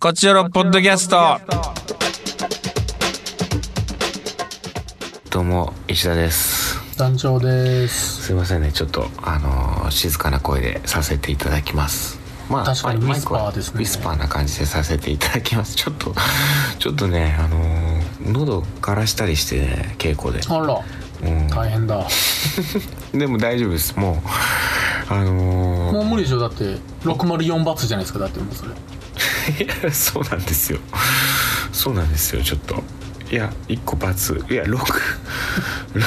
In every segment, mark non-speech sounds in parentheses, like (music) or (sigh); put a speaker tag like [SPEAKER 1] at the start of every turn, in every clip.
[SPEAKER 1] こちらのポッドキャスト。
[SPEAKER 2] どうも石田です
[SPEAKER 3] 団長です。
[SPEAKER 2] すいませんねちょっとあのー静かな声でさせていただきますま
[SPEAKER 3] 確かに
[SPEAKER 2] マイ
[SPEAKER 3] ウィスパー
[SPEAKER 2] マイクは
[SPEAKER 3] ですね
[SPEAKER 2] ウィスパーな感じでさせていただきますちょっと (laughs) ちょっとねあのー喉からしたりしてね稽古で、
[SPEAKER 3] あら、
[SPEAKER 2] う
[SPEAKER 3] 大変だ。
[SPEAKER 2] ん、でも大丈夫ですもうあのー
[SPEAKER 3] もう無理でしょだって、604バツじゃないですか、だってもうそれ。
[SPEAKER 2] いや (laughs) そうなんですよそうなんですよちょっといや1個×いや61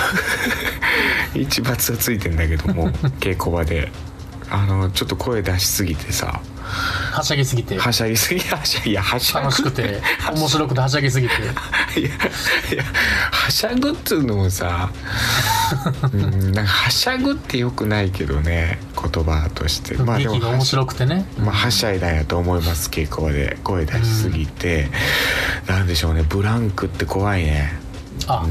[SPEAKER 2] ×はついてんだけども稽古場であのちょっと声出しすぎてさ
[SPEAKER 3] はしゃぎすぎて、
[SPEAKER 2] はしゃぎすぎはしゃいやはしゃぐ
[SPEAKER 3] 楽し
[SPEAKER 2] (laughs)
[SPEAKER 3] くて、面白くてはしゃぎすぎて。
[SPEAKER 2] いやいやはしゃぐっつうのも
[SPEAKER 3] (laughs)
[SPEAKER 2] さうんなんかはしゃぐってよくないけどね言葉としてまあでも
[SPEAKER 3] 劇が面白くてね。
[SPEAKER 2] まあ、はしゃいだんやと思います稽古場で声出しすぎて、なんでしょうねブランクって怖いね
[SPEAKER 3] あ、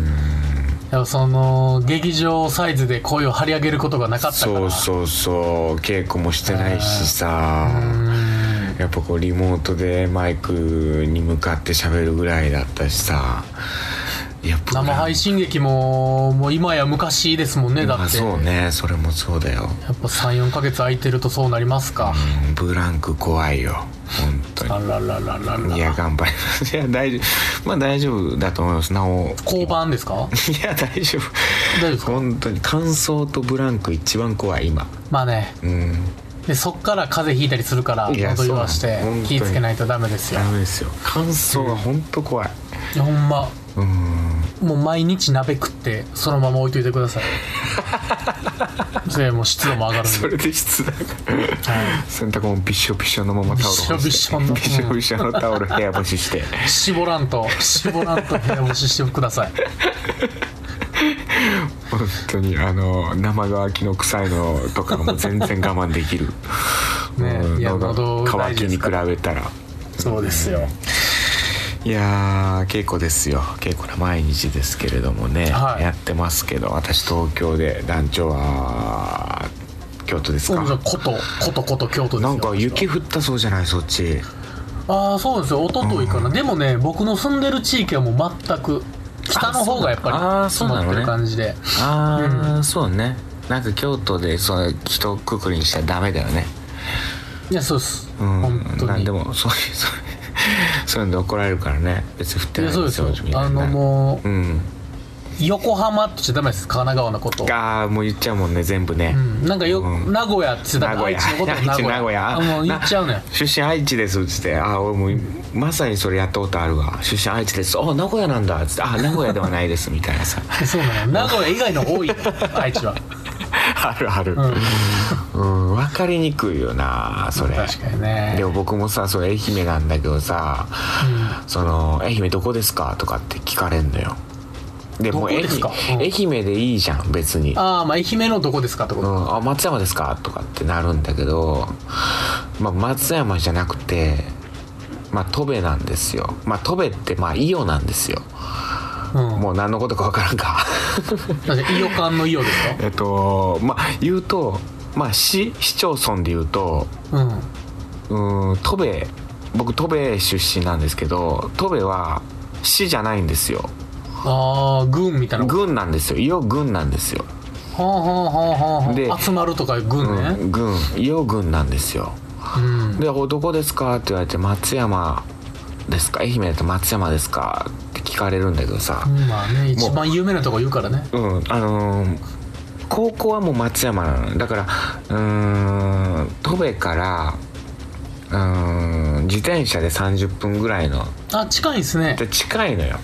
[SPEAKER 3] やっぱその、劇場サイズで声を張り上げることがなかったから。
[SPEAKER 2] そうそうそう稽古もしてないしさ
[SPEAKER 3] うーん
[SPEAKER 2] やっぱこうリモートでマイクに向かって喋るぐらいだったしさいやっ
[SPEAKER 3] 生配信劇も、もう今や昔ですもんね、だって。
[SPEAKER 2] そうねそれもそうだよ、
[SPEAKER 3] やっぱ3、4ヶ月空いてるとそうなりますか。
[SPEAKER 2] うん、ブランク怖いよ本当に
[SPEAKER 3] あららららら
[SPEAKER 2] いや
[SPEAKER 3] ら。
[SPEAKER 2] 頑張りますいや大丈夫まあ大丈夫だと思いますなおい
[SPEAKER 3] 交番ですか
[SPEAKER 2] や大丈夫
[SPEAKER 3] 大丈夫ですか
[SPEAKER 2] 本当に乾燥とブランク一番怖い今
[SPEAKER 3] まあね、
[SPEAKER 2] うん
[SPEAKER 3] でそっから風邪ひいたりするから
[SPEAKER 2] いや
[SPEAKER 3] 喉弱し
[SPEAKER 2] そう
[SPEAKER 3] て
[SPEAKER 2] なの本当
[SPEAKER 3] 気
[SPEAKER 2] に
[SPEAKER 3] ぃつけないとダメですよ
[SPEAKER 2] ダメですよ乾燥が本当怖い
[SPEAKER 3] いやほんま
[SPEAKER 2] うん
[SPEAKER 3] もう毎日鍋食ってそのまま置いといてください
[SPEAKER 2] (laughs)
[SPEAKER 3] それもう湿度も上がるん
[SPEAKER 2] そ
[SPEAKER 3] で
[SPEAKER 2] れで質だから
[SPEAKER 3] は
[SPEAKER 2] 洗濯もびっしょびっしょのままタオル干して
[SPEAKER 3] びっしょびっしょの
[SPEAKER 2] びっしょびっしょのタオル部屋干しして
[SPEAKER 3] い絞らんと絞らんと部屋干ししてください
[SPEAKER 2] 本当にあの生乾きの臭いのとかも全然我慢できる
[SPEAKER 3] (laughs) ね
[SPEAKER 2] うん
[SPEAKER 3] いや
[SPEAKER 2] 喉
[SPEAKER 3] 喉
[SPEAKER 2] 乾
[SPEAKER 3] 大
[SPEAKER 2] き
[SPEAKER 3] 事で
[SPEAKER 2] に
[SPEAKER 3] す
[SPEAKER 2] 比
[SPEAKER 3] から
[SPEAKER 2] べたら
[SPEAKER 3] そうですよ
[SPEAKER 2] いやー稽古ですよ稽古な毎日ですけれどもね、
[SPEAKER 3] はい
[SPEAKER 2] やってますけど私東京で団長は京都です
[SPEAKER 3] そうですよ
[SPEAKER 2] か
[SPEAKER 3] ことことこと京都ですよ
[SPEAKER 2] なんか雪降ったそうじゃないそっち
[SPEAKER 3] ああそうなんですよ一昨日かな、でもね僕の住んでる地域はもう全く北の方がやっぱ
[SPEAKER 2] あ
[SPEAKER 3] り
[SPEAKER 2] そう
[SPEAKER 3] 詰
[SPEAKER 2] なの
[SPEAKER 3] ま
[SPEAKER 2] あー
[SPEAKER 3] って
[SPEAKER 2] そ
[SPEAKER 3] る
[SPEAKER 2] うなの
[SPEAKER 3] 感じで、
[SPEAKER 2] ああ、そうねなんか京都でその一括りにしちゃダメだよね
[SPEAKER 3] いやそうです、
[SPEAKER 2] うん
[SPEAKER 3] 本当
[SPEAKER 2] なん
[SPEAKER 3] に
[SPEAKER 2] でもそういうそういうそういうので怒られるからね別に降って
[SPEAKER 3] い
[SPEAKER 2] な
[SPEAKER 3] や
[SPEAKER 2] い
[SPEAKER 3] そうですよ
[SPEAKER 2] みんな
[SPEAKER 3] あのもう
[SPEAKER 2] うん
[SPEAKER 3] 横浜って言っちゃダメです神奈川のこと
[SPEAKER 2] ああもう言っちゃうもんね全部ね、
[SPEAKER 3] うん、なんかよ、
[SPEAKER 2] うん
[SPEAKER 3] 名古屋って言ってたから
[SPEAKER 2] 名古
[SPEAKER 3] 愛
[SPEAKER 2] 屋
[SPEAKER 3] 知のことを名古屋
[SPEAKER 2] 名古屋
[SPEAKER 3] あもう言っち
[SPEAKER 2] (laughs)
[SPEAKER 3] ゃうね
[SPEAKER 2] 出身愛知です」っつって「あ俺もうまさにそれやったことあるわ出身愛知です」「あ名古屋なんだ」っつって「あ名古屋ではないです」みたいなさ
[SPEAKER 3] そうなの名古屋以外の多い愛知は
[SPEAKER 2] (laughs) あるあるうん、分かりにくいよなそれ
[SPEAKER 3] 確かにね
[SPEAKER 2] でも僕もさそれ愛媛なんだけどさ、その「愛媛どこですか?」とかって聞かれんのよでもう
[SPEAKER 3] どこ
[SPEAKER 2] 愛
[SPEAKER 3] ですかう
[SPEAKER 2] 媛
[SPEAKER 3] ん
[SPEAKER 2] 愛媛でいいじゃん別に
[SPEAKER 3] ああまあ愛媛のどこですかってこ
[SPEAKER 2] う
[SPEAKER 3] と、
[SPEAKER 2] ん、あ松山ですかとかってなるんだけど、まあ、松山じゃなくて、まあ、戸部なんですよ、まあ、戸部ってまあ伊予なんですよ
[SPEAKER 3] うん
[SPEAKER 2] もう何のことかわからんか (laughs)
[SPEAKER 3] 確かに伊予間の伊予ですよ
[SPEAKER 2] えっとまあ言うと、まあ、市市町村で言うと
[SPEAKER 3] うん
[SPEAKER 2] うん戸部僕戸部出身なんですけど戸部は市じゃないんですよ
[SPEAKER 3] ああ軍みたいな
[SPEAKER 2] 郡なんですよ伊予郡なんですよ、
[SPEAKER 3] はあはあはあはあ
[SPEAKER 2] で
[SPEAKER 3] 集まるとかいう
[SPEAKER 2] う
[SPEAKER 3] 軍ね
[SPEAKER 2] ん、郡伊予郡なんですよ
[SPEAKER 3] うん、
[SPEAKER 2] で「おどこですか?」って言われて「松山ですか愛媛だと松山ですか?」って聞かれるんだけどさ、
[SPEAKER 3] まあね一番有名なとこ言うからね
[SPEAKER 2] うんあのー高校はもう松山なのだからうーん戸部からうーん自転車で30分ぐらいの
[SPEAKER 3] あ近いですね
[SPEAKER 2] で近いのよ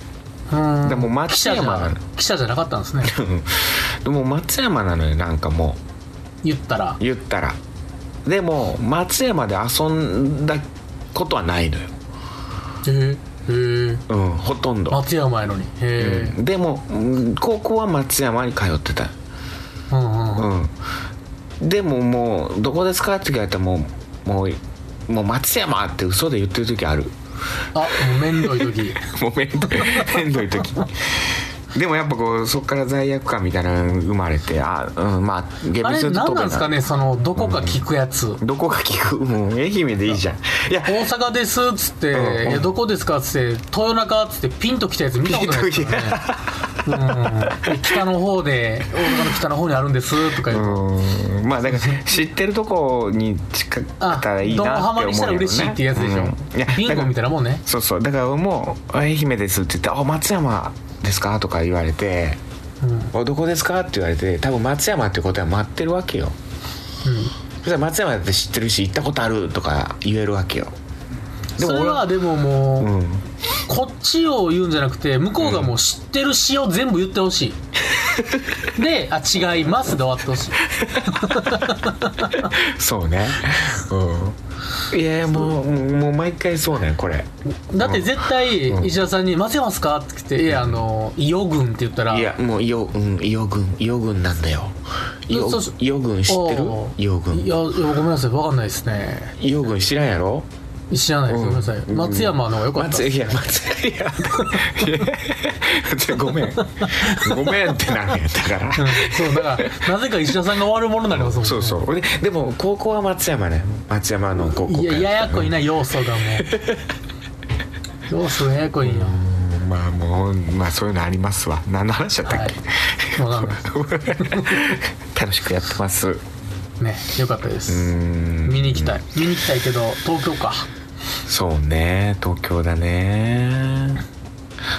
[SPEAKER 3] うん
[SPEAKER 2] でも
[SPEAKER 3] 記
[SPEAKER 2] 松
[SPEAKER 3] 者じゃ
[SPEAKER 2] 山なの
[SPEAKER 3] 記者じゃなかったんですね
[SPEAKER 2] でも松山なのよなんかも
[SPEAKER 3] 言ったら
[SPEAKER 2] う言ったらでも松山で遊んだことはないのよ、
[SPEAKER 3] えー、えー、
[SPEAKER 2] うん、ほとんど
[SPEAKER 3] 松山やのにへえ、
[SPEAKER 2] でもうん高校は松山に通ってた
[SPEAKER 3] うん、うんうん
[SPEAKER 2] うんでももう「どこですか?」って聞かれたらもうもうもう松山って嘘で言ってる時ある
[SPEAKER 3] (laughs) あもうめんどい時
[SPEAKER 2] (laughs) もうめんどいめんどい時でもやっぱこうそっから罪悪感みたいなの生まれてあ、うん、まあ現
[SPEAKER 3] あれ
[SPEAKER 2] ちょっと
[SPEAKER 3] 何
[SPEAKER 2] 飛べ
[SPEAKER 3] なんですかねそのどこか聞くやつ、
[SPEAKER 2] どこが聞くもう愛媛でいいじゃんいや
[SPEAKER 3] 大阪ですっつって、
[SPEAKER 2] うん
[SPEAKER 3] えどこですかっつって豊中っつってピンと来たやつ見たことないですよね、うん、北の方で大阪の北の方にあるんですとか言うと、
[SPEAKER 2] うんまあだから知ってるとこに近くたらいい
[SPEAKER 3] ドン
[SPEAKER 2] な
[SPEAKER 3] ハ
[SPEAKER 2] って思う
[SPEAKER 3] マ
[SPEAKER 2] よ、
[SPEAKER 3] り
[SPEAKER 2] ね、
[SPEAKER 3] したら嬉しいっていうやつでしょ、
[SPEAKER 2] うんいや
[SPEAKER 3] ビンゴみたいなもんね
[SPEAKER 2] そうそうだからもう「愛媛です」って言って「あ松山ですか?」とか言われて
[SPEAKER 3] うん
[SPEAKER 2] 「おどこですか?」って言われて多分松山ってことは待ってるわけよそしたら松山だって知ってるし行ったことあるとか言えるわけよで
[SPEAKER 3] そ
[SPEAKER 2] も
[SPEAKER 3] れ
[SPEAKER 2] 俺
[SPEAKER 3] はでももう、
[SPEAKER 2] うん
[SPEAKER 3] こっちを言うんじゃなくて向こうがもう知ってる詩を全部言ってほしい
[SPEAKER 2] (laughs)
[SPEAKER 3] で「あ違います」で終わってほしい
[SPEAKER 2] そうねうんいやいやもうもう毎回そうねこれ
[SPEAKER 3] だって絶対
[SPEAKER 2] うん
[SPEAKER 3] 石田さんに「待てますか?」って来て「いやあの伊予郡」って言ったら「
[SPEAKER 2] いやもう伊予うん伊予郡伊予郡なんだよ伊予
[SPEAKER 3] そうそう
[SPEAKER 2] 伊予郡知ってる
[SPEAKER 3] おー
[SPEAKER 2] 伊予
[SPEAKER 3] いや
[SPEAKER 2] 郡
[SPEAKER 3] いやごめんなさい分かんないですね
[SPEAKER 2] 伊予郡知らんやろ
[SPEAKER 3] 知らないです、
[SPEAKER 2] うん
[SPEAKER 3] ごめんなさい松山の方が良かった
[SPEAKER 2] 松いや松いやいや (laughs) ごめんごめんってなるんやったから
[SPEAKER 3] うんそうだからなぜか石田さんが悪者になりますもんね
[SPEAKER 2] そうそうででも高校は松山ね松山の高校
[SPEAKER 3] いやややこい
[SPEAKER 2] な
[SPEAKER 3] な要素
[SPEAKER 2] (laughs)
[SPEAKER 3] がもう要素がややこいんよ
[SPEAKER 2] まあもうまあそういうのありますわ何の話だったっけ、
[SPEAKER 3] もうなんか
[SPEAKER 2] (laughs) 楽しくやってますう
[SPEAKER 3] ね良かったです、
[SPEAKER 2] ーん
[SPEAKER 3] 見に行きたい見に行きたいけど東京か
[SPEAKER 2] そうね東京だね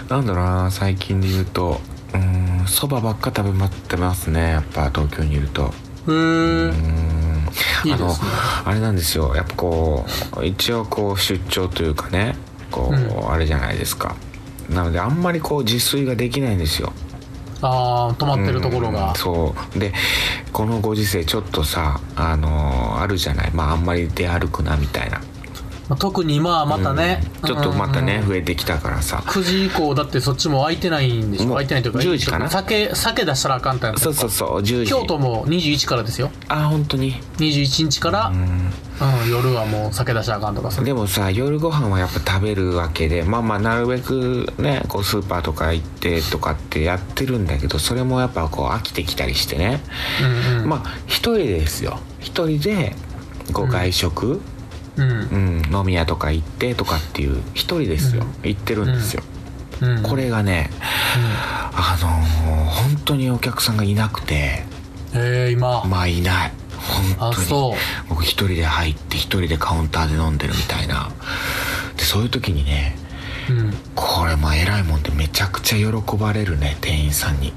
[SPEAKER 2] なんだろうな最近で言うとうーんそばばっか食べまってますねやっぱ東京にいると
[SPEAKER 3] へえ
[SPEAKER 2] うーん
[SPEAKER 3] いいですね
[SPEAKER 2] あのあれなんですよやっぱこう一応こう出張というかねこう、
[SPEAKER 3] うん
[SPEAKER 2] あれじゃないですかなのであんまりこう自炊ができないんですよ
[SPEAKER 3] ああ止まってるところ
[SPEAKER 2] う
[SPEAKER 3] が
[SPEAKER 2] んそうでこのご時世ちょっとさあのーあるじゃないまああんまり出歩くなみたいな
[SPEAKER 3] まあ特にまあまたね、
[SPEAKER 2] うんちょっとまた
[SPEAKER 3] うん
[SPEAKER 2] ね
[SPEAKER 3] うん
[SPEAKER 2] 増えてきたからさ
[SPEAKER 3] 9時以降だってそっちも空いてないんでしょ
[SPEAKER 2] もう
[SPEAKER 3] 空いてないというか
[SPEAKER 2] 10時かな
[SPEAKER 3] 酒酒出したらあかんってなって
[SPEAKER 2] そうそうそう10時
[SPEAKER 3] 京都も21からですよ
[SPEAKER 2] あ本当に
[SPEAKER 3] 21日から、うん夜はもう酒出したらあかんとかさ
[SPEAKER 2] でもさ夜ご飯はやっぱ食べるわけでまあまあなるべくねこうスーパーとか行ってとかってやってるんだけどそれもやっぱこう飽きてきたりしてね、
[SPEAKER 3] うんうん、
[SPEAKER 2] まあ一人ですよ一人でこう外食、
[SPEAKER 3] うん
[SPEAKER 2] うん、飲み屋とか行ってとかっていう一人ですよ、行ってるんですよ、
[SPEAKER 3] うん、
[SPEAKER 2] これがね
[SPEAKER 3] う
[SPEAKER 2] あのー本当にお客さんがいなくて
[SPEAKER 3] ん、えー、今、
[SPEAKER 2] まあいない本
[SPEAKER 3] あ
[SPEAKER 2] 当に
[SPEAKER 3] そ
[SPEAKER 2] 僕一人で入って一人でカウンターで飲んでるみたいなでそういう時にね
[SPEAKER 3] う、うん、
[SPEAKER 2] これまあ偉いもんでめちゃくちゃ喜ばれるね店員さんに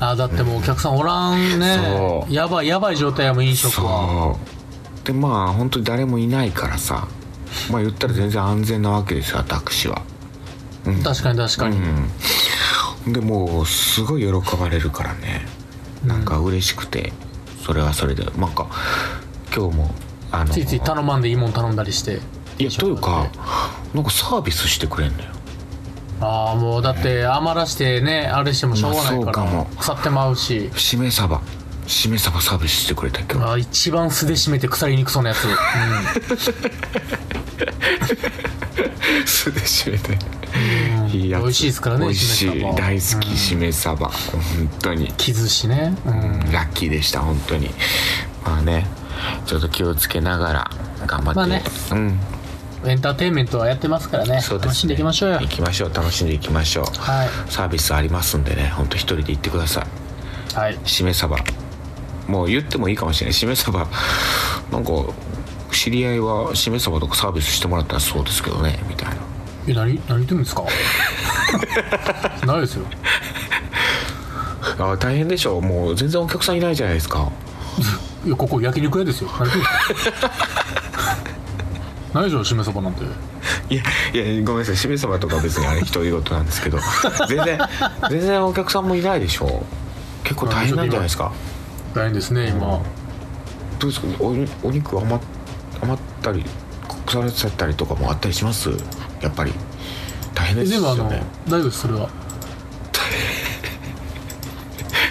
[SPEAKER 3] あだってもうお客さんおらんね
[SPEAKER 2] そ、う
[SPEAKER 3] やばいやばい状態やもん飲食は
[SPEAKER 2] そうでまあ本当に誰もいないからさまあ言ったら全然安全なわけですよ私はうん
[SPEAKER 3] 確かに確かに、
[SPEAKER 2] うん、でもうすごい喜ばれるからねなんか嬉しくて、それはそれでなんか今日もあの
[SPEAKER 3] ついつい頼まんでいいもん頼んだりして
[SPEAKER 2] いやというかなんかサービスしてくれんのよ
[SPEAKER 3] ああもうだって余らしてねあれしてもしょうがないから、
[SPEAKER 2] まあそうかも
[SPEAKER 3] 腐ってまうし
[SPEAKER 2] しめ鯖しめ鯖サービスしてくれた今日
[SPEAKER 3] あー一番素で締めて腐りにくそうな
[SPEAKER 2] (laughs)
[SPEAKER 3] やつ、うん
[SPEAKER 2] 素でしめて
[SPEAKER 3] うん
[SPEAKER 2] いいやつ
[SPEAKER 3] 美味しいですからね
[SPEAKER 2] 美味しい
[SPEAKER 3] しめ鯖
[SPEAKER 2] 大好きしめ鯖、本当に
[SPEAKER 3] 木寿司ね、うん
[SPEAKER 2] ラッキーでした本当にまあねちょっと気をつけながら頑張って、
[SPEAKER 3] まあね
[SPEAKER 2] うん
[SPEAKER 3] エンターテインメントはやってますからね
[SPEAKER 2] そうですね
[SPEAKER 3] 楽しんでいきましょうよ
[SPEAKER 2] 行きましょう楽しんでいきましょう
[SPEAKER 3] はい
[SPEAKER 2] サービスありますんでねほんと一人で行ってください
[SPEAKER 3] はい
[SPEAKER 2] しめ鯖もう言ってもいいかもしれないしめ鯖なんか知り合いはしめ鯖とかサービスしてもらったらそうですけどねみたいな
[SPEAKER 3] え何何言ってるんですか (laughs) ないですよ
[SPEAKER 2] あ大変でしょもう全然お客さんいないじゃないですか
[SPEAKER 3] いやここ焼肉屋ですよ何言ってるんですか何でしょうしめそば (laughs) なんて
[SPEAKER 2] いやいやごめんなさいしめ鯖とか別にあれ独り言なんですけど全然全然お客さんもいないでしょ結構大変なんじゃないですか
[SPEAKER 3] 大変ですね今、
[SPEAKER 2] どうですかおお肉余っ余ったり腐らせたりとかもあったりしますやっぱり大変
[SPEAKER 3] え
[SPEAKER 2] です
[SPEAKER 3] でもあ
[SPEAKER 2] よ
[SPEAKER 3] の
[SPEAKER 2] ね
[SPEAKER 3] 大丈夫ですそれは
[SPEAKER 2] (laughs)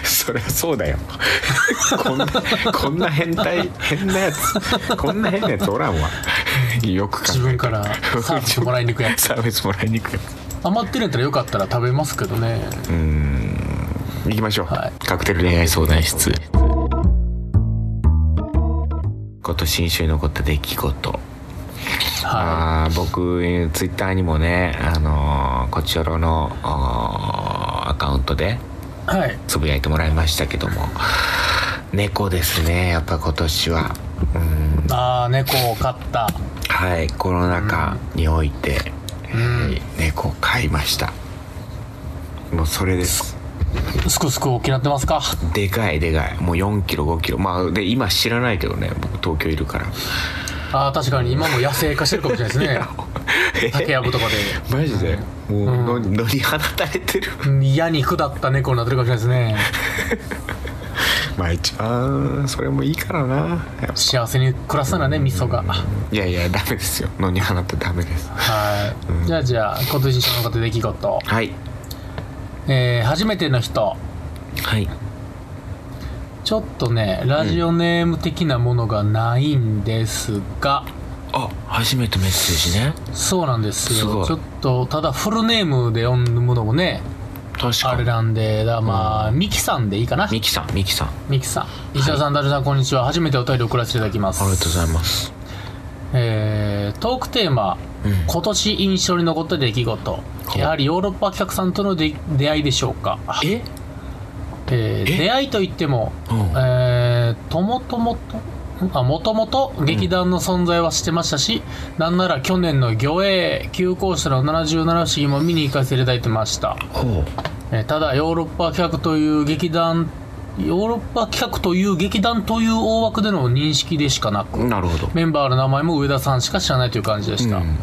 [SPEAKER 2] そりゃそうだよこんなこんな変態変なやつこんな変なやつおらんわよく考えて
[SPEAKER 3] 自分からサービスもらいに行くやつ
[SPEAKER 2] サービスもらいに行くやつ
[SPEAKER 3] 余ってるんやったらよかったら食べますけどね
[SPEAKER 2] うーん行きましょう、
[SPEAKER 3] は
[SPEAKER 2] カクテル恋愛相談室今年印象に残った出来事
[SPEAKER 3] は
[SPEAKER 2] あー僕ツイッターにもねあのーこちらのあーアカウントで
[SPEAKER 3] い、はい、
[SPEAKER 2] つぶやいてもらいましたけども猫ですねやっぱ今年はうん
[SPEAKER 3] ああ猫を飼った
[SPEAKER 2] はいコロナ禍において、
[SPEAKER 3] うん
[SPEAKER 2] はい猫を飼いましたもうそれです
[SPEAKER 3] すくすく大きなってますか
[SPEAKER 2] でかいでかいもう4キロ5キロまあで今知らないけどね僕東京いるから
[SPEAKER 3] ああ確かに今も野生化してるかもしれないですね竹やぶとか
[SPEAKER 2] マジでもうの、
[SPEAKER 3] う
[SPEAKER 2] 乗り放たれてる
[SPEAKER 3] で嫌に下った猫になってるかもしれないですね
[SPEAKER 2] まあ一番それもいいからなやっぱ
[SPEAKER 3] 幸せに暮らすならね味噌が
[SPEAKER 2] いやいやダメですよ野に放ってダメです
[SPEAKER 3] はい、じゃあじゃあ今年印象の方出来事、
[SPEAKER 2] はい
[SPEAKER 3] えー、初めての人
[SPEAKER 2] はい
[SPEAKER 3] ちょっとねラジオネーム的なものがないんですが、
[SPEAKER 2] あ初めてメッセージね
[SPEAKER 3] そうなんです
[SPEAKER 2] すご
[SPEAKER 3] よ
[SPEAKER 2] い
[SPEAKER 3] ちょっとただフルネームで読むのもね
[SPEAKER 2] 確
[SPEAKER 3] あ
[SPEAKER 2] か
[SPEAKER 3] れなんでだまあ、ミキさんでいいかな
[SPEAKER 2] ミキさんミキさんあ
[SPEAKER 3] ミキさん石田さん、ダルさんこんにちは初めてお便り送らせていただきます
[SPEAKER 2] りがとうございます
[SPEAKER 3] えートークテーマ、
[SPEAKER 2] うん
[SPEAKER 3] 今年印象に残った出来事
[SPEAKER 2] ほう
[SPEAKER 3] やはりヨーロッパ客さんとの出出会いでしょうか
[SPEAKER 2] え
[SPEAKER 3] えー
[SPEAKER 2] え
[SPEAKER 3] 出会いといっても、
[SPEAKER 2] うん
[SPEAKER 3] えーともともとあもともと劇団の存在はしてましたし、なんなら去年の魚影旧校舎の77不思議も見に行かせていただいてました、
[SPEAKER 2] ほう
[SPEAKER 3] えーただヨーロッパ企画という劇団ヨーロッパ企画という劇団という大枠での認識でしかなく
[SPEAKER 2] なるほど
[SPEAKER 3] メンバーの名前も上田さんしか知らないという感じでした、
[SPEAKER 2] うん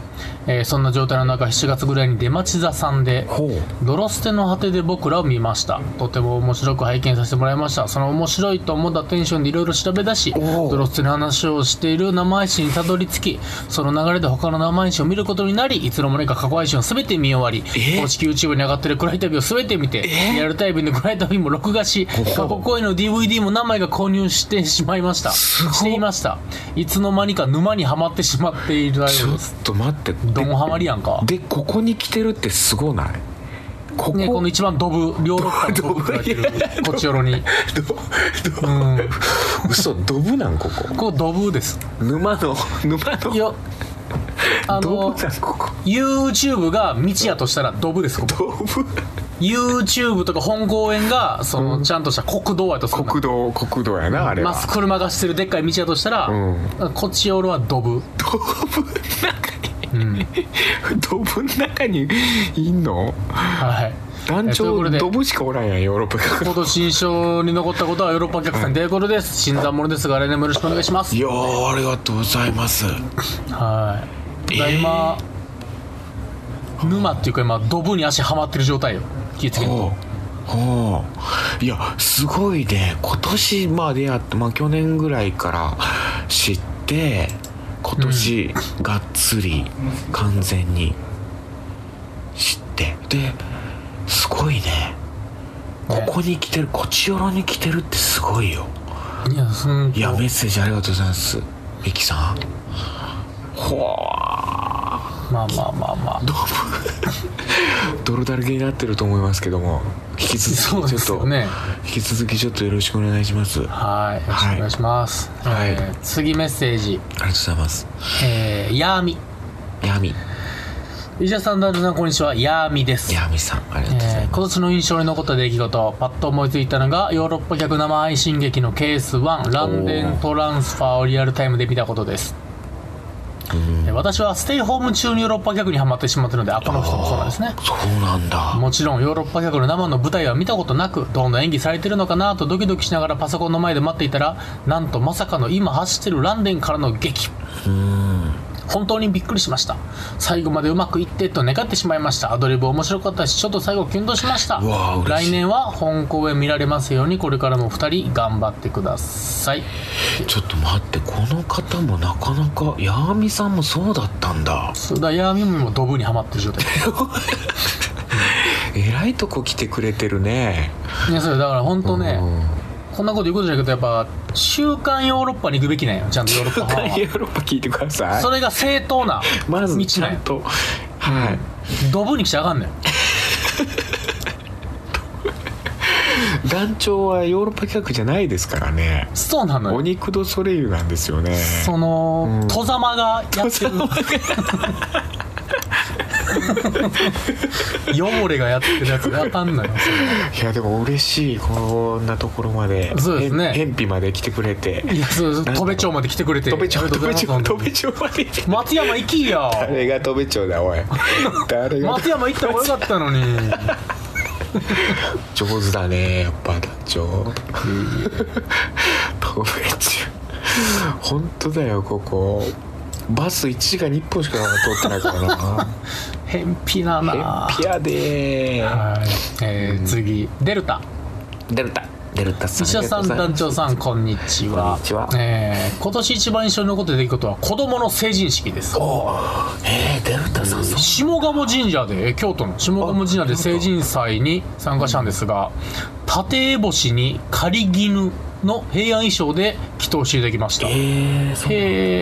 [SPEAKER 3] えーそんな状態の中7月ぐらいに出町座さんで
[SPEAKER 2] ほう
[SPEAKER 3] ドロステの果てで僕らを見ましたとても面白く拝見させてもらいましたその面白いと思ったテンションでいろいろ調べ出し
[SPEAKER 2] おう
[SPEAKER 3] ドロステの話をしている生配信にたどり着きその流れで他の生配信を見ることになりいつの間にか過去配信を全て見終わり
[SPEAKER 2] え
[SPEAKER 3] 公式 YouTube に上がってる暗い旅を全て見て
[SPEAKER 2] え
[SPEAKER 3] リアルタイムで暗い旅も録画し
[SPEAKER 2] お
[SPEAKER 3] 過去公演の DVD も何枚か購入してしまいました
[SPEAKER 2] すごっ
[SPEAKER 3] していましたいつの間にか沼にはまってしまっているようで
[SPEAKER 2] ちょっ
[SPEAKER 3] す
[SPEAKER 2] と待って
[SPEAKER 3] ドンハマりやんか
[SPEAKER 2] でここに来てるってすごないここ,、
[SPEAKER 3] ね、この一番ドブ、両ロッカのドブって書いてる
[SPEAKER 2] ドブいや、
[SPEAKER 3] こっちよろに。
[SPEAKER 2] どど
[SPEAKER 3] うん。
[SPEAKER 2] 嘘ドブなんここ
[SPEAKER 3] こうドブです。
[SPEAKER 2] 沼の沼
[SPEAKER 3] い
[SPEAKER 2] の
[SPEAKER 3] や、あ
[SPEAKER 2] ド
[SPEAKER 3] の
[SPEAKER 2] ブ、なんここ
[SPEAKER 3] YouTube が道やとしたらドブです、ここ。
[SPEAKER 2] ドブ
[SPEAKER 3] YouTube とか本公園が、その、ちゃんとした国道やとするな
[SPEAKER 2] 国道国道やなあれは
[SPEAKER 3] まっすぐ車がしてるでっかい道やとしたら、
[SPEAKER 2] う
[SPEAKER 3] こっちよろはドブ。
[SPEAKER 2] ドブの中に
[SPEAKER 3] うん。
[SPEAKER 2] ドブの中にいんの (laughs)
[SPEAKER 3] はい。
[SPEAKER 2] 団
[SPEAKER 3] えという
[SPEAKER 2] 長
[SPEAKER 3] ことで
[SPEAKER 2] ドブしかおらんやんヨーロッパから
[SPEAKER 3] 今年印象に残ったことはヨーロッパ客さんということです。新参者ですが、来年もよろしくお願いします。
[SPEAKER 2] やーありがとうございます
[SPEAKER 3] はい。だから
[SPEAKER 2] えー
[SPEAKER 3] 今、沼っていうか今、ドブに足はまってる状態よ。気ぃつけんと。
[SPEAKER 2] ほうほういやすごいね今年まあ出会って、まあ、去年ぐらいから知って今年がっつり完全に知ってですごいねここに来てるこちよろに来てるってすごいよ
[SPEAKER 3] いや、その、
[SPEAKER 2] いやメッセージありがとうございますミキさんほあ
[SPEAKER 3] まあまあまあまあ。
[SPEAKER 2] どうも泥だらけになってると思いますけども引き
[SPEAKER 3] そ
[SPEAKER 2] 続
[SPEAKER 3] う
[SPEAKER 2] きち
[SPEAKER 3] で
[SPEAKER 2] ょっ
[SPEAKER 3] す
[SPEAKER 2] と、
[SPEAKER 3] よね。
[SPEAKER 2] 引き続きちょっとよろしくお願いしますありが
[SPEAKER 3] はい。よろしくお願いします。
[SPEAKER 2] はい
[SPEAKER 3] えー次メッセージ。
[SPEAKER 2] とうございます
[SPEAKER 3] えー、やーみ。
[SPEAKER 2] 闇
[SPEAKER 3] 石田さん、ダルさん、こんにちは。やーみです。
[SPEAKER 2] 闇さんありがとうござ
[SPEAKER 3] え
[SPEAKER 2] い
[SPEAKER 3] ー今年の印象に残った出来事パッと思いついたのがヨーロッパ客生配信劇のケース1ランデントランスファーをリアルタイムで見たことです
[SPEAKER 2] ます、うん
[SPEAKER 3] えー私はステイホーム中にヨーロッパ客にはまってしまったのであこの人もそうなんですね
[SPEAKER 2] そうなんだ
[SPEAKER 3] もちろんヨーロッパ客の生の舞台は見たことなくどんな演技されてるのかなとドキドキしながらパソコンの前で待っていたらなんとまさかの今走ってるランデンからの劇
[SPEAKER 2] うん
[SPEAKER 3] 本当にびっくりしました最後までうまくいってと願ってしまいましたアドリブ面白かったしちょっと最後キュンとしました
[SPEAKER 2] うわー嬉しい
[SPEAKER 3] 来年は本公演見られますようにこれからも2人頑張ってください
[SPEAKER 2] ちょっと待ってこの方もなかなか闇さんもそうだったんだ
[SPEAKER 3] そうだヤーミムもドブにはまって
[SPEAKER 2] (laughs)
[SPEAKER 3] る状態
[SPEAKER 2] えらいとこ来てくれてるね
[SPEAKER 3] いやそれだから本当ね
[SPEAKER 2] うん
[SPEAKER 3] こんなこと言うことじゃなくてやっぱ週刊ヨーロッパに行くべきなんよちゃんとヨーロッパ
[SPEAKER 2] ヨ
[SPEAKER 3] 派は
[SPEAKER 2] ーロッパ聞いてください
[SPEAKER 3] それが正当な
[SPEAKER 2] まず
[SPEAKER 3] 道
[SPEAKER 2] ち
[SPEAKER 3] なん
[SPEAKER 2] ゃ
[SPEAKER 3] よ
[SPEAKER 2] んとはい
[SPEAKER 3] ドブに来ちゃあかんねん
[SPEAKER 2] 団長はヨーロッパ企画じゃないですからね
[SPEAKER 3] そうなの
[SPEAKER 2] お
[SPEAKER 3] よ
[SPEAKER 2] 肉とソレイユなんですよね
[SPEAKER 3] その、
[SPEAKER 2] うん
[SPEAKER 3] 戸ざまがやってる汚れがやってるやつが当たんのよそ
[SPEAKER 2] (laughs)
[SPEAKER 3] れ
[SPEAKER 2] いやでも嬉しいこんなところまで
[SPEAKER 3] そうですね
[SPEAKER 2] へん返費まで来てくれて
[SPEAKER 3] いやそうそう
[SPEAKER 2] なんだろう
[SPEAKER 3] 戸部町まで来てくれて
[SPEAKER 2] 飛べちゃう飛べちゃう飛べ
[SPEAKER 3] 町
[SPEAKER 2] ちゃうまで
[SPEAKER 3] 松山行きや
[SPEAKER 2] 誰が飛べちゃうだおい誰が
[SPEAKER 3] 松山行った方がよかったのに
[SPEAKER 2] 上手だねやっぱ団長飛べちゃう本当だよここバス1時間に1本しか通ってないから
[SPEAKER 3] (laughs)
[SPEAKER 2] な
[SPEAKER 3] 偏僻だな
[SPEAKER 2] えピアでー
[SPEAKER 3] はい、えー次デルタ
[SPEAKER 2] デルタデルタさん
[SPEAKER 3] 石田さん団長さんこんにちは
[SPEAKER 2] こんにちは
[SPEAKER 3] えー今年一番印象に残っている出来事は子供の成人式です
[SPEAKER 2] おえー、デルタさんそう
[SPEAKER 3] 下鴨神社でえー京都の下鴨神社で成人祭に参加したんですが縦星に仮絹の平安衣装で祈祷していただきました
[SPEAKER 2] えー、そう
[SPEAKER 3] へ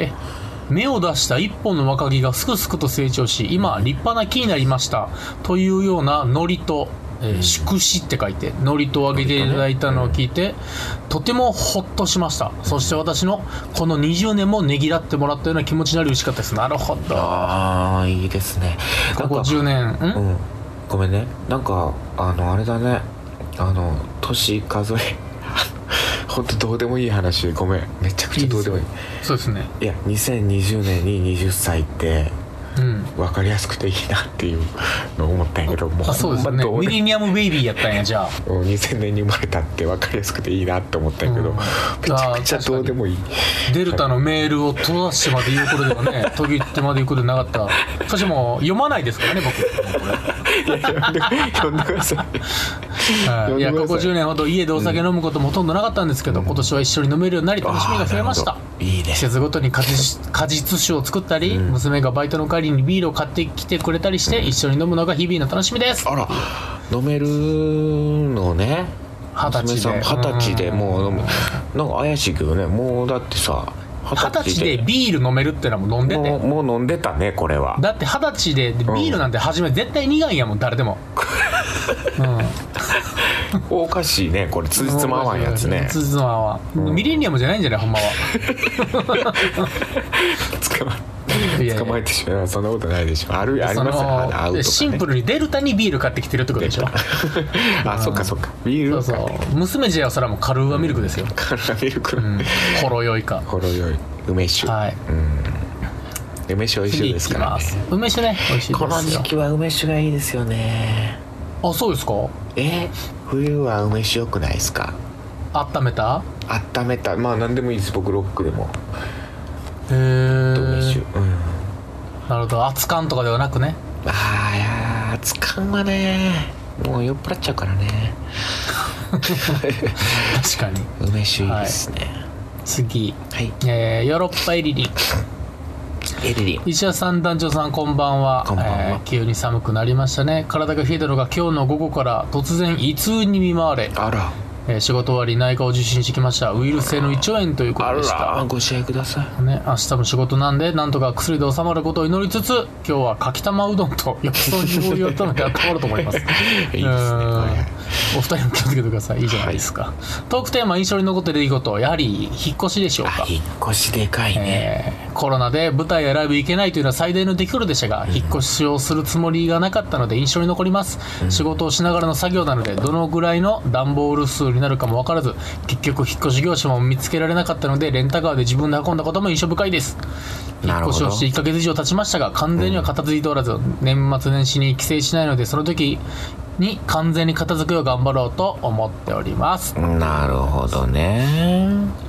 [SPEAKER 3] え芽を出した一本の若木がすくすくと成長し今は立派な木になりましたというようなノリと、えー祝詞って書いてノリとを挙げていただいたのを聞いて、とてもほっとしましたそして私のこの20年もねぎらってもらったような気持ちになり嬉しかったですなるほど
[SPEAKER 2] ああいいですねな
[SPEAKER 3] こ
[SPEAKER 2] ん
[SPEAKER 3] こ
[SPEAKER 2] か
[SPEAKER 3] 10年
[SPEAKER 2] うんんごめんねなんかあのあれだねあの年数え (laughs) ほんとどうでもいい話ごめんめちゃくちゃどうでもいい
[SPEAKER 3] そうですね
[SPEAKER 2] いや2020年に20歳って
[SPEAKER 3] うん
[SPEAKER 2] 分かりやすくていいなっていうのを思ったんやけども
[SPEAKER 3] あそうです
[SPEAKER 2] ほんま
[SPEAKER 3] ね
[SPEAKER 2] どう
[SPEAKER 3] ミ
[SPEAKER 2] で
[SPEAKER 3] レニアムベイビーやったんやじゃあ
[SPEAKER 2] うん2000年に生まれたって分かりやすくていいなって思ったんやけど、
[SPEAKER 3] うん
[SPEAKER 2] めちゃくちゃどうでもいい
[SPEAKER 3] デルタのメールを戸田市まで言うことではね、途切ってまで言うことでなかった。そしてもう読まないですからね、僕。これ
[SPEAKER 2] いや呼んで
[SPEAKER 3] (laughs)
[SPEAKER 2] 呼んでください
[SPEAKER 3] はいいや、
[SPEAKER 2] 呼んでください
[SPEAKER 3] ここ10年ほど家でお酒飲むこともほとんどなかったんですけど、今年は一緒に飲めるようになり、楽しみが増えました
[SPEAKER 2] あーな。るほどいいね
[SPEAKER 3] 季節ごとに果実果実酒を作ったり、娘がバイトの帰りにビールを買ってきてくれたりして、一緒に飲むのが日々の楽しみです。
[SPEAKER 2] あら飲めるのね
[SPEAKER 3] 二十歳で
[SPEAKER 2] 娘さん二十歳で
[SPEAKER 3] うん
[SPEAKER 2] もう飲むなんか怪しいけどねもうだってさ
[SPEAKER 3] 二十歳でビール飲めるってのはもう飲んで
[SPEAKER 2] も
[SPEAKER 3] て。
[SPEAKER 2] うもう飲んでたねこれは
[SPEAKER 3] だって二十歳でビールなんて初め絶対苦いやもん、誰
[SPEAKER 2] (laughs)
[SPEAKER 3] でも。うん
[SPEAKER 2] おかしいねこれつじつま合わんやつね
[SPEAKER 3] つじつま合わんミレニアムじゃないんじゃないほん
[SPEAKER 2] (laughs)
[SPEAKER 3] まは
[SPEAKER 2] 捕ま
[SPEAKER 3] いやいや
[SPEAKER 2] 捕まえてしまうそんなことないでしょあるあり
[SPEAKER 3] そ
[SPEAKER 2] ますよあのア
[SPEAKER 3] の
[SPEAKER 2] ウトとか、ね、
[SPEAKER 3] シンプルにデルタにビール買ってきてるってことでしょ
[SPEAKER 2] (laughs) あそっかそっかビー
[SPEAKER 3] そう
[SPEAKER 2] ル
[SPEAKER 3] そ
[SPEAKER 2] か
[SPEAKER 3] う娘じゃそれはもうカルーアミルクですよ、
[SPEAKER 2] カラミルク、
[SPEAKER 3] うん、ほろ酔いか
[SPEAKER 2] ほろ酔い梅酒、
[SPEAKER 3] はい
[SPEAKER 2] うん梅酒美味しいですから、ね、
[SPEAKER 3] 梅酒ね美味しいですよ
[SPEAKER 2] この時期は梅酒がいいですよね
[SPEAKER 3] あそうですか
[SPEAKER 2] え冬は梅酒良くないですか
[SPEAKER 3] 温めた
[SPEAKER 2] 温めたまあ何でもいいです僕ロックでも
[SPEAKER 3] へえ
[SPEAKER 2] 梅酒、うん
[SPEAKER 3] なるほど熱燗とかではなくね
[SPEAKER 2] ああいやー熱燗はねもう酔っ払っちゃうからね
[SPEAKER 3] 確かに
[SPEAKER 2] 梅酒いいですね
[SPEAKER 3] 次、
[SPEAKER 2] はい、
[SPEAKER 3] えー、ヨーロッパエリリン
[SPEAKER 2] エリリン
[SPEAKER 3] 石田さん団長さんこんばんは
[SPEAKER 2] こんばんは
[SPEAKER 3] えー急に寒くなりましたね体が冷えたのが今日の午後から突然胃痛に見舞われ、
[SPEAKER 2] あら
[SPEAKER 3] えー仕事終わり内科を受診してきましたウイルス性の胃腸炎というこ
[SPEAKER 2] あ
[SPEAKER 3] とでした
[SPEAKER 2] らご支援ください
[SPEAKER 3] ね、明日も仕事なんでなんとか薬で収まることを祈りつつ今日はかきたまうどんと浴槽に氷を温めて温まると思います
[SPEAKER 2] (laughs) いいですねはいはい
[SPEAKER 3] うんお二人も気をつけてくださいいいじゃないですか、トークテーマ印象に残っている出来事やはり引っ越しでしょうか
[SPEAKER 2] あ引っ越しでかいね、
[SPEAKER 3] えーコロナで舞台やライブ行けないというのは最大の出来事でしたが、引っ越しをするつもりがなかったので印象に残ります、仕事をしながらの作業なのでどのぐらいの段ボール数になるかも分からず結局引っ越し業者も見つけられなかったのでレンタカーで自分で運んだことも印象深いです引
[SPEAKER 2] な
[SPEAKER 3] っ
[SPEAKER 2] るほ
[SPEAKER 3] 越
[SPEAKER 2] ど
[SPEAKER 3] しをして1ヶ月以上経ちましたが完全には片付いておらず、年末年始に帰省しないのでその時に完全に片付けを頑張ろうと思っております、
[SPEAKER 2] なるほどね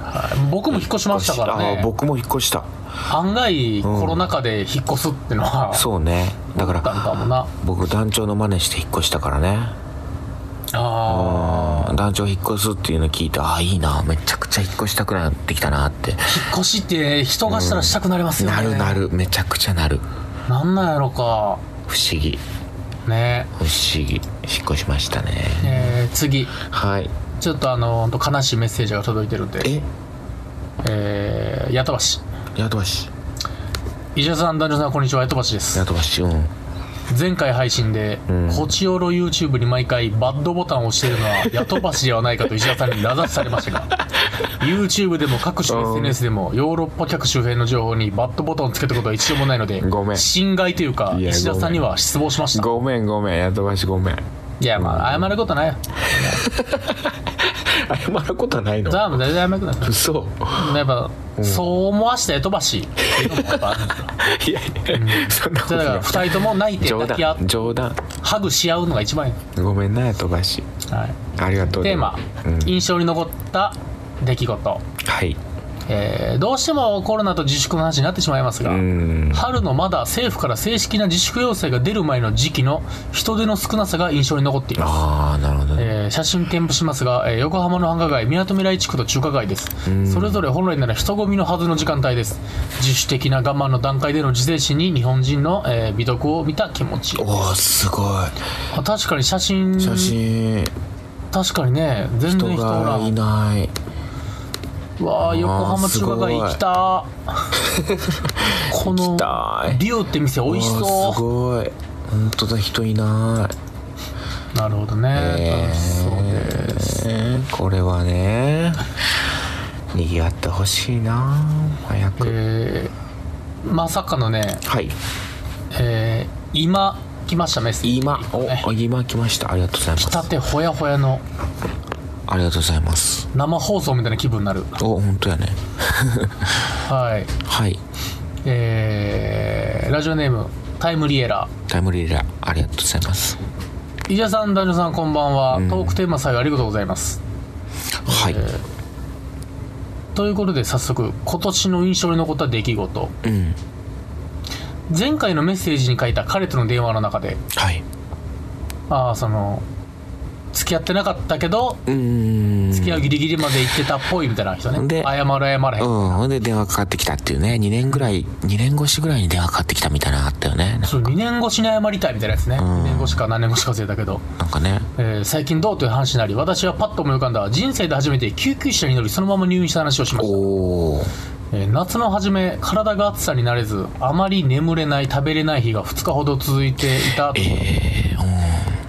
[SPEAKER 3] はい僕も引っ越しましたからね
[SPEAKER 2] あ僕も引っ越した
[SPEAKER 3] 案外コロナ禍で引っ越すってのは、
[SPEAKER 2] そうねだか
[SPEAKER 3] あったんからもな
[SPEAKER 2] 僕団長の真似して引っ越したからね
[SPEAKER 3] あ
[SPEAKER 2] うん団長引っ越すっていうの聞いてああいいなめちゃくちゃ引っ越したくなってきたなって
[SPEAKER 3] 引っ越しって人がしたらしたくなりますよね、
[SPEAKER 2] なるなるめちゃくちゃなる
[SPEAKER 3] なんなんやろか
[SPEAKER 2] 不思議
[SPEAKER 3] ね
[SPEAKER 2] 不思議引っ越しましたね
[SPEAKER 3] えー次
[SPEAKER 2] はい
[SPEAKER 3] ちょっとあのほんと悲しいメッセージが届いてるんで
[SPEAKER 2] え
[SPEAKER 3] えー、やとばし
[SPEAKER 2] ヤドバシ
[SPEAKER 3] 石田さん男女さんこんにちはやとばしです
[SPEAKER 2] ヤドバシうん
[SPEAKER 3] 前回配信で、
[SPEAKER 2] うん
[SPEAKER 3] こちおろ YouTube に毎回バッドボタンを押しているの
[SPEAKER 2] (laughs)
[SPEAKER 3] は雇ばしではないかと石田さんに名指しされましたが YouTube でも各種
[SPEAKER 2] うん
[SPEAKER 3] SNS でもヨーロッパ客周辺の情報にバッドボタンをつけたことは一度もないので
[SPEAKER 2] ごめん
[SPEAKER 3] 侵害というか
[SPEAKER 2] いや
[SPEAKER 3] 石田さんには失望しました
[SPEAKER 2] ごめんごめんやとばしごめん
[SPEAKER 3] いやまあ謝ることないよ
[SPEAKER 2] 謝ることないの
[SPEAKER 3] それはもう全然謝ることない
[SPEAKER 2] 嘘
[SPEAKER 3] やっぱ、そう思わせた雇ば
[SPEAKER 2] (laughs)
[SPEAKER 3] しっていうのもやっぱあるんです
[SPEAKER 2] い
[SPEAKER 3] よ
[SPEAKER 2] やいや、そんなこ
[SPEAKER 3] そ
[SPEAKER 2] と
[SPEAKER 3] れだ
[SPEAKER 2] な
[SPEAKER 3] から
[SPEAKER 2] い
[SPEAKER 3] 2人とも泣いて
[SPEAKER 2] 冗
[SPEAKER 3] 抱き合っ
[SPEAKER 2] 談冗談
[SPEAKER 3] ハグし合うのが一番いい、
[SPEAKER 2] ごめんなやとばし
[SPEAKER 3] はい
[SPEAKER 2] ありがとう
[SPEAKER 3] テーマ、
[SPEAKER 2] うん
[SPEAKER 3] 印象に残った出来事、
[SPEAKER 2] はい
[SPEAKER 3] えーどうしてもコロナと自粛の話になってしまいますが、
[SPEAKER 2] うん
[SPEAKER 3] 春のまだ政府から正式な自粛要請が出る前の時期の人手の少なさが印象に残っています、
[SPEAKER 2] ああなるほどね
[SPEAKER 3] えー写真添付しますが、えー横浜の繁華街みなとみらい地区と中華街ですそれぞれ本来なら人混みのはずの時間帯です自主的な我慢の段階での自制心に日本人の、えー美徳を見た気持ち
[SPEAKER 2] おおすごい
[SPEAKER 3] あ確かに写真
[SPEAKER 2] 写真、
[SPEAKER 3] 確かにね全然人
[SPEAKER 2] 人
[SPEAKER 3] おら
[SPEAKER 2] が
[SPEAKER 3] ん
[SPEAKER 2] いない
[SPEAKER 3] わあ横浜中華街行きた (laughs) この
[SPEAKER 2] 行きたい
[SPEAKER 3] リオって店美味し
[SPEAKER 2] おーす
[SPEAKER 3] そ
[SPEAKER 2] ごい本当だ人いないう
[SPEAKER 3] なるほどね、楽しそうで
[SPEAKER 2] えーこれはねにぎわってほしいな早く、
[SPEAKER 3] えーまさかのね、
[SPEAKER 2] はい
[SPEAKER 3] えー今来ましたメッセージ
[SPEAKER 2] 今
[SPEAKER 3] ね
[SPEAKER 2] お今来ましたありがとうございま
[SPEAKER 3] 来
[SPEAKER 2] す
[SPEAKER 3] たてほやほやの
[SPEAKER 2] ありがとうございます
[SPEAKER 3] 生放送みたいな気分になる
[SPEAKER 2] お本当やね
[SPEAKER 3] はい
[SPEAKER 2] はい
[SPEAKER 3] えーラジオネームタイムリエラー
[SPEAKER 2] タイムリーラーありがとうございます
[SPEAKER 3] 伊者さん男女さんこんばんは、トークテーマ採用ありがとうございます
[SPEAKER 2] はい、
[SPEAKER 3] ということで早速今年の印象に残った出来事
[SPEAKER 2] うん
[SPEAKER 3] 前回のメッセージに書いた彼との電話の中で
[SPEAKER 2] はい
[SPEAKER 3] ああその付き合ってなかったけど
[SPEAKER 2] うーん
[SPEAKER 3] 付き合うギリギリまで行ってたっぽいみたいな人ね
[SPEAKER 2] で
[SPEAKER 3] 謝る謝らへ、
[SPEAKER 2] うんんほんで電話かかってきたっていうね2年ぐらい2年越しぐらいに電話かかってきたみたいなのあったよね
[SPEAKER 3] そう2年越しに謝りたいみたいなやつね、
[SPEAKER 2] ん
[SPEAKER 3] 2年越しか何年越しか忘れたけど、
[SPEAKER 2] なんかね
[SPEAKER 3] えー最近どうという話になり私はパッと思い浮かんだ人生で初めて救急車に乗りそのまま入院した話をしました
[SPEAKER 2] おお
[SPEAKER 3] えー夏の初め体が暑さに慣れずあまり眠れない食べれない日が2日ほど続いていたところ、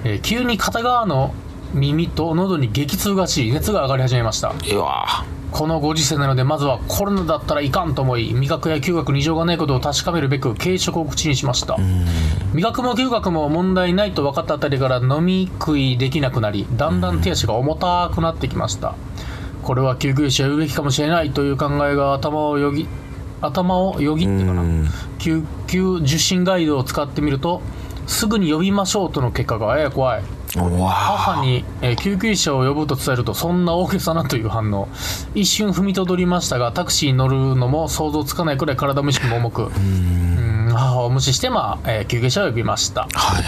[SPEAKER 3] えー急に片側の耳と喉に激痛がし熱が上がり始めました
[SPEAKER 2] うわ
[SPEAKER 3] このご時世なのでまずはコロナだったらいかんと思い味覚や嗅覚に異常がないことを確かめるべく軽食を口にしました味覚も嗅覚も問題ないと分かったあたりから飲み食いできなくなりだんだん手足が重たくなってきましたこれは救急車を呼ぶべきかもしれないという考えが頭をよぎ頭をよぎってかな
[SPEAKER 2] うん
[SPEAKER 3] 救急受診ガイドを使ってみるとすぐに呼びましょうとの結果がやや怖いう
[SPEAKER 2] わ
[SPEAKER 3] 母に、えー救急車を呼ぶと伝えるとそんな大げさなという反応一瞬踏みとどりましたがタクシーに乗るのも想像つかないくらい体も意識も重くうん母を無視して、まあえー救急車を呼びました
[SPEAKER 2] はいはい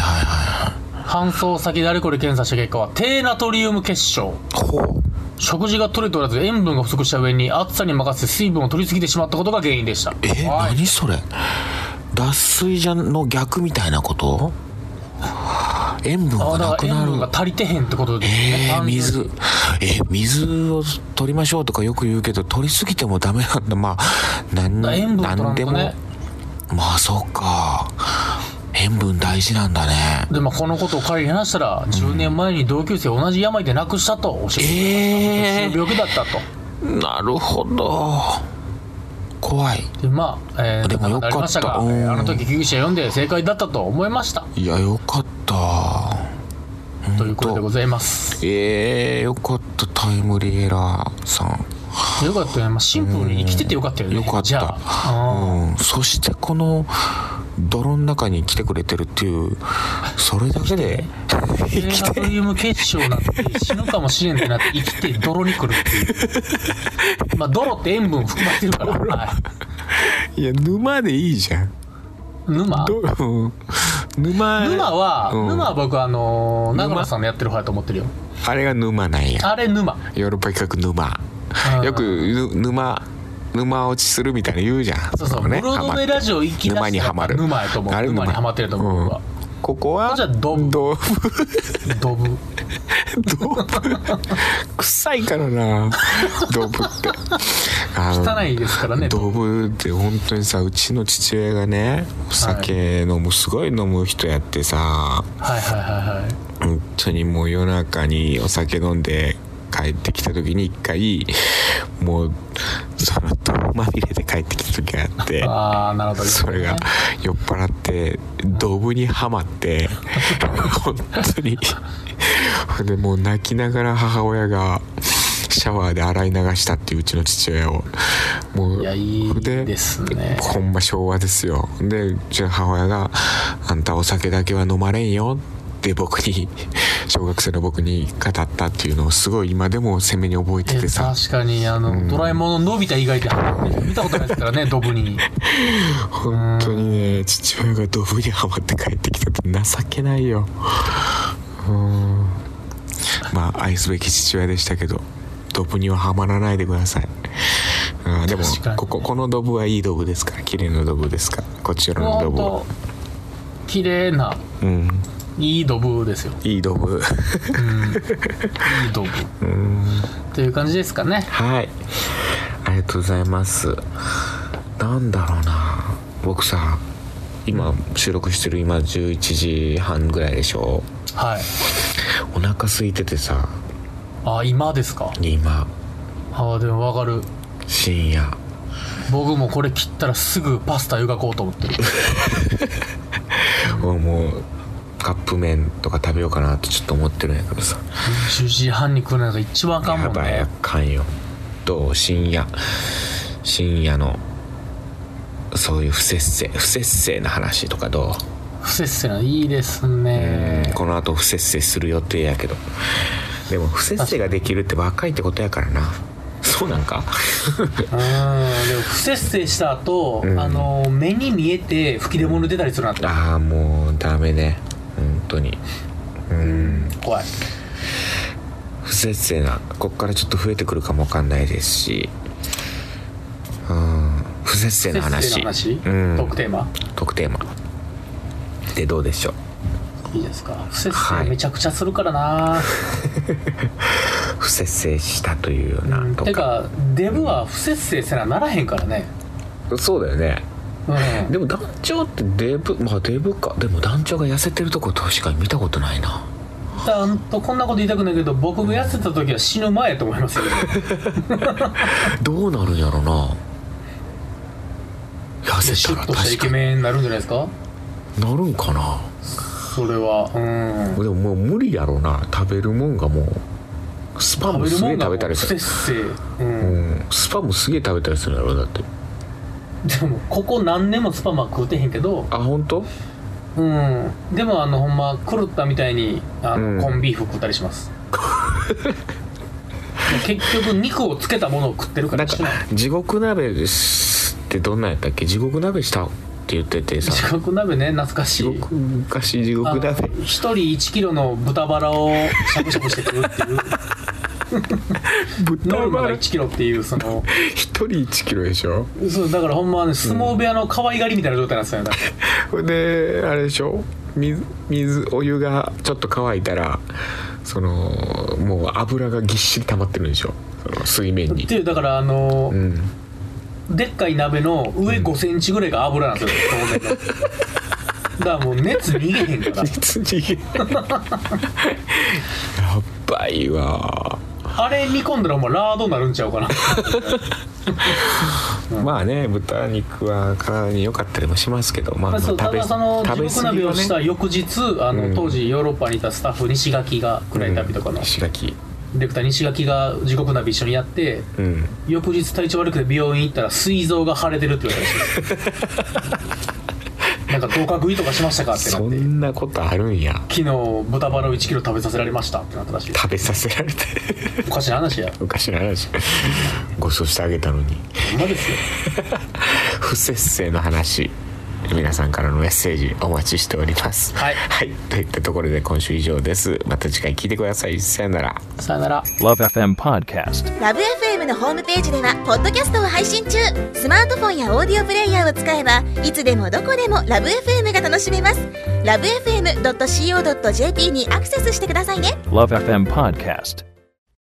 [SPEAKER 2] は
[SPEAKER 3] 搬送先であれこれ検査した結果は低ナトリウム結晶
[SPEAKER 2] いほう
[SPEAKER 3] 食事が取れておらず塩分が不足した上に暑さに任せて水分を取りすぎてしまったことが原因でした
[SPEAKER 2] え
[SPEAKER 3] はい
[SPEAKER 2] 何それ脱水じゃんの逆みたいなこと塩分が
[SPEAKER 3] あだ
[SPEAKER 2] な
[SPEAKER 3] か
[SPEAKER 2] く
[SPEAKER 3] ら
[SPEAKER 2] な
[SPEAKER 3] 塩
[SPEAKER 2] る
[SPEAKER 3] 分が足りてへんってことですね
[SPEAKER 2] えー、
[SPEAKER 3] 単純に
[SPEAKER 2] 水え水を取りましょうとかよく言うけど取りすぎてもダメなんだまあなん
[SPEAKER 3] だから塩分取ら
[SPEAKER 2] なんんで
[SPEAKER 3] と
[SPEAKER 2] も
[SPEAKER 3] ね
[SPEAKER 2] まあそうか塩分大事なんだね
[SPEAKER 3] で、まあ、このことを彼に話したら、10年前に同級生を同じ病で亡くしたと教えて、
[SPEAKER 2] え
[SPEAKER 3] 病気だったと。
[SPEAKER 2] ー、なるほど怖い
[SPEAKER 3] で、まあ、えー、
[SPEAKER 2] でもよかった
[SPEAKER 3] なりましたが、え
[SPEAKER 2] うん
[SPEAKER 3] ーあの時救急車読んで正解だったと思いました。
[SPEAKER 2] いやよかった
[SPEAKER 3] ということでございます。
[SPEAKER 2] えー、よかったタイムリエラーさん
[SPEAKER 3] よかったよね。まあ、シンプルに生きててよかったよね。
[SPEAKER 2] よかった
[SPEAKER 3] じゃあ、うん
[SPEAKER 2] うん、そしてこの泥の中に来てくれてるっていうそれだけで
[SPEAKER 3] 低ナトリウム結晶になって死ぬかもしれんってなって生きて泥に来るっていう。まあ、泥って塩分含まれてる
[SPEAKER 2] (laughs)
[SPEAKER 3] から。はい
[SPEAKER 2] いや沼でいいじゃん
[SPEAKER 3] 沼
[SPEAKER 2] どうん沼
[SPEAKER 3] 沼は、
[SPEAKER 2] うん
[SPEAKER 3] 沼は僕、あのー、長野さんのやってる方やと思ってるよ。
[SPEAKER 2] あれが沼なんや
[SPEAKER 3] あれ沼。
[SPEAKER 2] ヨーロッパ企画沼
[SPEAKER 3] うん
[SPEAKER 2] よくぬ沼沼落ちするみたいな言うじゃん
[SPEAKER 3] そうそう、
[SPEAKER 2] こね
[SPEAKER 3] ブロードウェイ
[SPEAKER 2] ハマって
[SPEAKER 3] ラジオ行き出したら
[SPEAKER 2] 沼にはまる
[SPEAKER 3] 沼やと思う
[SPEAKER 2] あれ
[SPEAKER 3] 沼にはまってると思う僕は
[SPEAKER 2] んここは
[SPEAKER 3] ここじゃドブ
[SPEAKER 2] ドブ
[SPEAKER 3] ドブ
[SPEAKER 2] ドブ臭いからなドブってあの
[SPEAKER 3] 汚いですからね
[SPEAKER 2] ドブって本当にさうちの父親がねお酒飲むすごい飲む人やってさ
[SPEAKER 3] はいはいはいはい
[SPEAKER 2] 本当にもう夜中にお酒飲んで帰ってきた時に一回もうその泥まみれで帰ってきた時があって
[SPEAKER 3] ああなるほど
[SPEAKER 2] それが酔っ払ってドブにはまって
[SPEAKER 3] (laughs)
[SPEAKER 2] 本当にほんでもう泣きながら母親がシャワーで洗い流したっていううちの父親をもう
[SPEAKER 3] いやいい
[SPEAKER 2] で
[SPEAKER 3] ですね
[SPEAKER 2] ほんま昭和ですよでうちの母親が「あんたお酒だけは飲まれんよ」って僕に小学生の僕に語ったっていうのをすごい今でも鮮明に覚えてて
[SPEAKER 3] え
[SPEAKER 2] さ
[SPEAKER 3] 確かにあの、ドラえもんののび太以外で見たことないですからねドブに
[SPEAKER 2] 本当にね父親がドブにはまって帰ってきたって情けないようーんまあ愛すべき父親でしたけどドブにははまらないでくださいうんでも
[SPEAKER 3] 確かに
[SPEAKER 2] こここのドブはいいドブですから綺麗なドブですからこちらのド
[SPEAKER 3] 本
[SPEAKER 2] ブは
[SPEAKER 3] 当綺麗な
[SPEAKER 2] うん
[SPEAKER 3] いいドブですよ
[SPEAKER 2] いいドブ
[SPEAKER 3] いいドブという感じですかね
[SPEAKER 2] はいありがとうございますなんだろうな僕さ今収録してる今11時半ぐらいでしょ
[SPEAKER 3] はい
[SPEAKER 2] お腹空いててさ
[SPEAKER 3] あ今ですか
[SPEAKER 2] 今
[SPEAKER 3] ああでもわかる
[SPEAKER 2] 深夜
[SPEAKER 3] 僕もこれ切ったらすぐパスタ湯がこうと思ってる
[SPEAKER 2] もうカップ麺とか食べようかなってちょっと思ってるんやけどさ
[SPEAKER 3] 10時半に来るのが一番あかん
[SPEAKER 2] や
[SPEAKER 3] もん
[SPEAKER 2] ばいあ
[SPEAKER 3] ね
[SPEAKER 2] かんよどう深夜深夜のそういう不節制不節制な話とかど
[SPEAKER 3] 不摂生ないいです
[SPEAKER 2] う、うん
[SPEAKER 3] ね
[SPEAKER 2] この後不節制する予定やけどでも不節制ができるって若いってことやからなそうなんか
[SPEAKER 3] うんでも不摂生した後、
[SPEAKER 2] うん
[SPEAKER 3] あの目に見えて吹き出物出たりするなって
[SPEAKER 2] ああもうダメね本当にうん
[SPEAKER 3] 怖い
[SPEAKER 2] 不節制なこっからちょっと増えてくるかもわかんないですしうん不節制な
[SPEAKER 3] 不摂
[SPEAKER 2] 話
[SPEAKER 3] 生の話、
[SPEAKER 2] うん、
[SPEAKER 3] 特テーマ
[SPEAKER 2] 特テーマでどうでしょう
[SPEAKER 3] いいですか不摂
[SPEAKER 2] は
[SPEAKER 3] 生
[SPEAKER 2] い
[SPEAKER 3] めちゃくちゃするからな、
[SPEAKER 2] 不節制したというよう (laughs) な
[SPEAKER 3] うん
[SPEAKER 2] と
[SPEAKER 3] て
[SPEAKER 2] か、
[SPEAKER 3] かデブは不摂生せなならへんからね
[SPEAKER 2] そうだよね
[SPEAKER 3] うん
[SPEAKER 2] でも団長ってデブまあデブかでも団長が痩せてるとこ確かに見たことないな
[SPEAKER 3] だんとこんなこと言いたくないけど僕が痩せた時は死ぬ前やと思い
[SPEAKER 2] (laughs)
[SPEAKER 3] ますよ、
[SPEAKER 2] どうなるんやろな痩
[SPEAKER 3] でシ
[SPEAKER 2] せ
[SPEAKER 3] ュ
[SPEAKER 2] たら
[SPEAKER 3] ッとした
[SPEAKER 2] 確
[SPEAKER 3] イケ
[SPEAKER 2] かに
[SPEAKER 3] メンになるんじゃないですか
[SPEAKER 2] なるんかな
[SPEAKER 3] それはうん
[SPEAKER 2] でももう無理やろな食べるもんがもうスパ
[SPEAKER 3] 食
[SPEAKER 2] ム
[SPEAKER 3] べる
[SPEAKER 2] す
[SPEAKER 3] も
[SPEAKER 2] げえ
[SPEAKER 3] んが
[SPEAKER 2] 食
[SPEAKER 3] も
[SPEAKER 2] べ
[SPEAKER 3] う
[SPEAKER 2] たり
[SPEAKER 3] 不
[SPEAKER 2] する
[SPEAKER 3] 摂生、
[SPEAKER 2] う
[SPEAKER 3] う、
[SPEAKER 2] んんスパムすげえ食べたりするんだろだって
[SPEAKER 3] でもここ何年もスパマ食うてへんけど
[SPEAKER 2] あ本当
[SPEAKER 3] うんでもあのほんま狂ったみたいにあの、
[SPEAKER 2] うん
[SPEAKER 3] コンビーフ食ったりします
[SPEAKER 2] (laughs)
[SPEAKER 3] 結局肉をつけたものを食ってるか
[SPEAKER 2] な
[SPEAKER 3] ら
[SPEAKER 2] んか
[SPEAKER 3] 死な
[SPEAKER 2] 地獄鍋ですってどんなんやったっけ地獄鍋したって言っててさ
[SPEAKER 3] 四角鍋ね懐かし
[SPEAKER 2] 地
[SPEAKER 3] い
[SPEAKER 2] 獄昔地獄
[SPEAKER 3] あ
[SPEAKER 2] 鍋
[SPEAKER 3] の一人1キロの豚バラを (laughs) しゃぶしゃぶして食うっ
[SPEAKER 2] (laughs)
[SPEAKER 3] ていうノルマが1キロっていうその
[SPEAKER 2] 一人1キロでしょ
[SPEAKER 3] そうだからほんまね相撲部屋の可愛がりみたいな状態なんですよねだか
[SPEAKER 2] ほんであれでしょ水水お湯がちょっと乾いたらそのもう油がぎっしり溜まってるんでしょその水面
[SPEAKER 3] らっ
[SPEAKER 2] に
[SPEAKER 3] ていうだからあの
[SPEAKER 2] う、 (laughs) ん
[SPEAKER 3] でっかい鍋の上5センチぐらいが油なんですよ当然の
[SPEAKER 2] (laughs)
[SPEAKER 3] だからもう熱逃げへんから
[SPEAKER 2] 実に (laughs) やばいわ
[SPEAKER 3] あれ煮込んだらほんまラードになるんちゃうかな
[SPEAKER 2] まあね豚肉は体に良かったりもしますけどまあ、
[SPEAKER 3] ま
[SPEAKER 2] ま
[SPEAKER 3] あ
[SPEAKER 2] あ、
[SPEAKER 3] そうただその地獄鍋をした翌日あの、
[SPEAKER 2] うん
[SPEAKER 3] 当時ヨーロッパにいたスタッフ西垣が「暗い旅」とかの、
[SPEAKER 2] 石垣
[SPEAKER 3] ディレクター西垣が地獄鍋一緒にやって
[SPEAKER 2] うん
[SPEAKER 3] 翌日体調悪くて病院行ったら膵臓が腫れてるって言われたらしいですなんかどうか食いとかしましたかってな
[SPEAKER 2] そ
[SPEAKER 3] って
[SPEAKER 2] んなことあるんや
[SPEAKER 3] 昨日豚バラを1キロ食べさせられましたってなったらしいです
[SPEAKER 2] 食べさせられて
[SPEAKER 3] おかしな話や
[SPEAKER 2] おかしな話ご馳走してあげたのに
[SPEAKER 3] ほんまですよ
[SPEAKER 2] 不節制の話皆さんからのメッセージお待ちしております
[SPEAKER 3] はい
[SPEAKER 2] といったところで今週以上ですまた次回聞いてくださいさよなら
[SPEAKER 3] さよなら
[SPEAKER 1] Love FM Podcast.
[SPEAKER 4] ラブ f m のホームページではポッドキャストを配信中スマートフォンやオーディオプレイヤーを使えばいつでもどこでもラブ f m が楽しめますラブ FM.co.jp にアクセスしてくださいね
[SPEAKER 1] Love FM Podcast.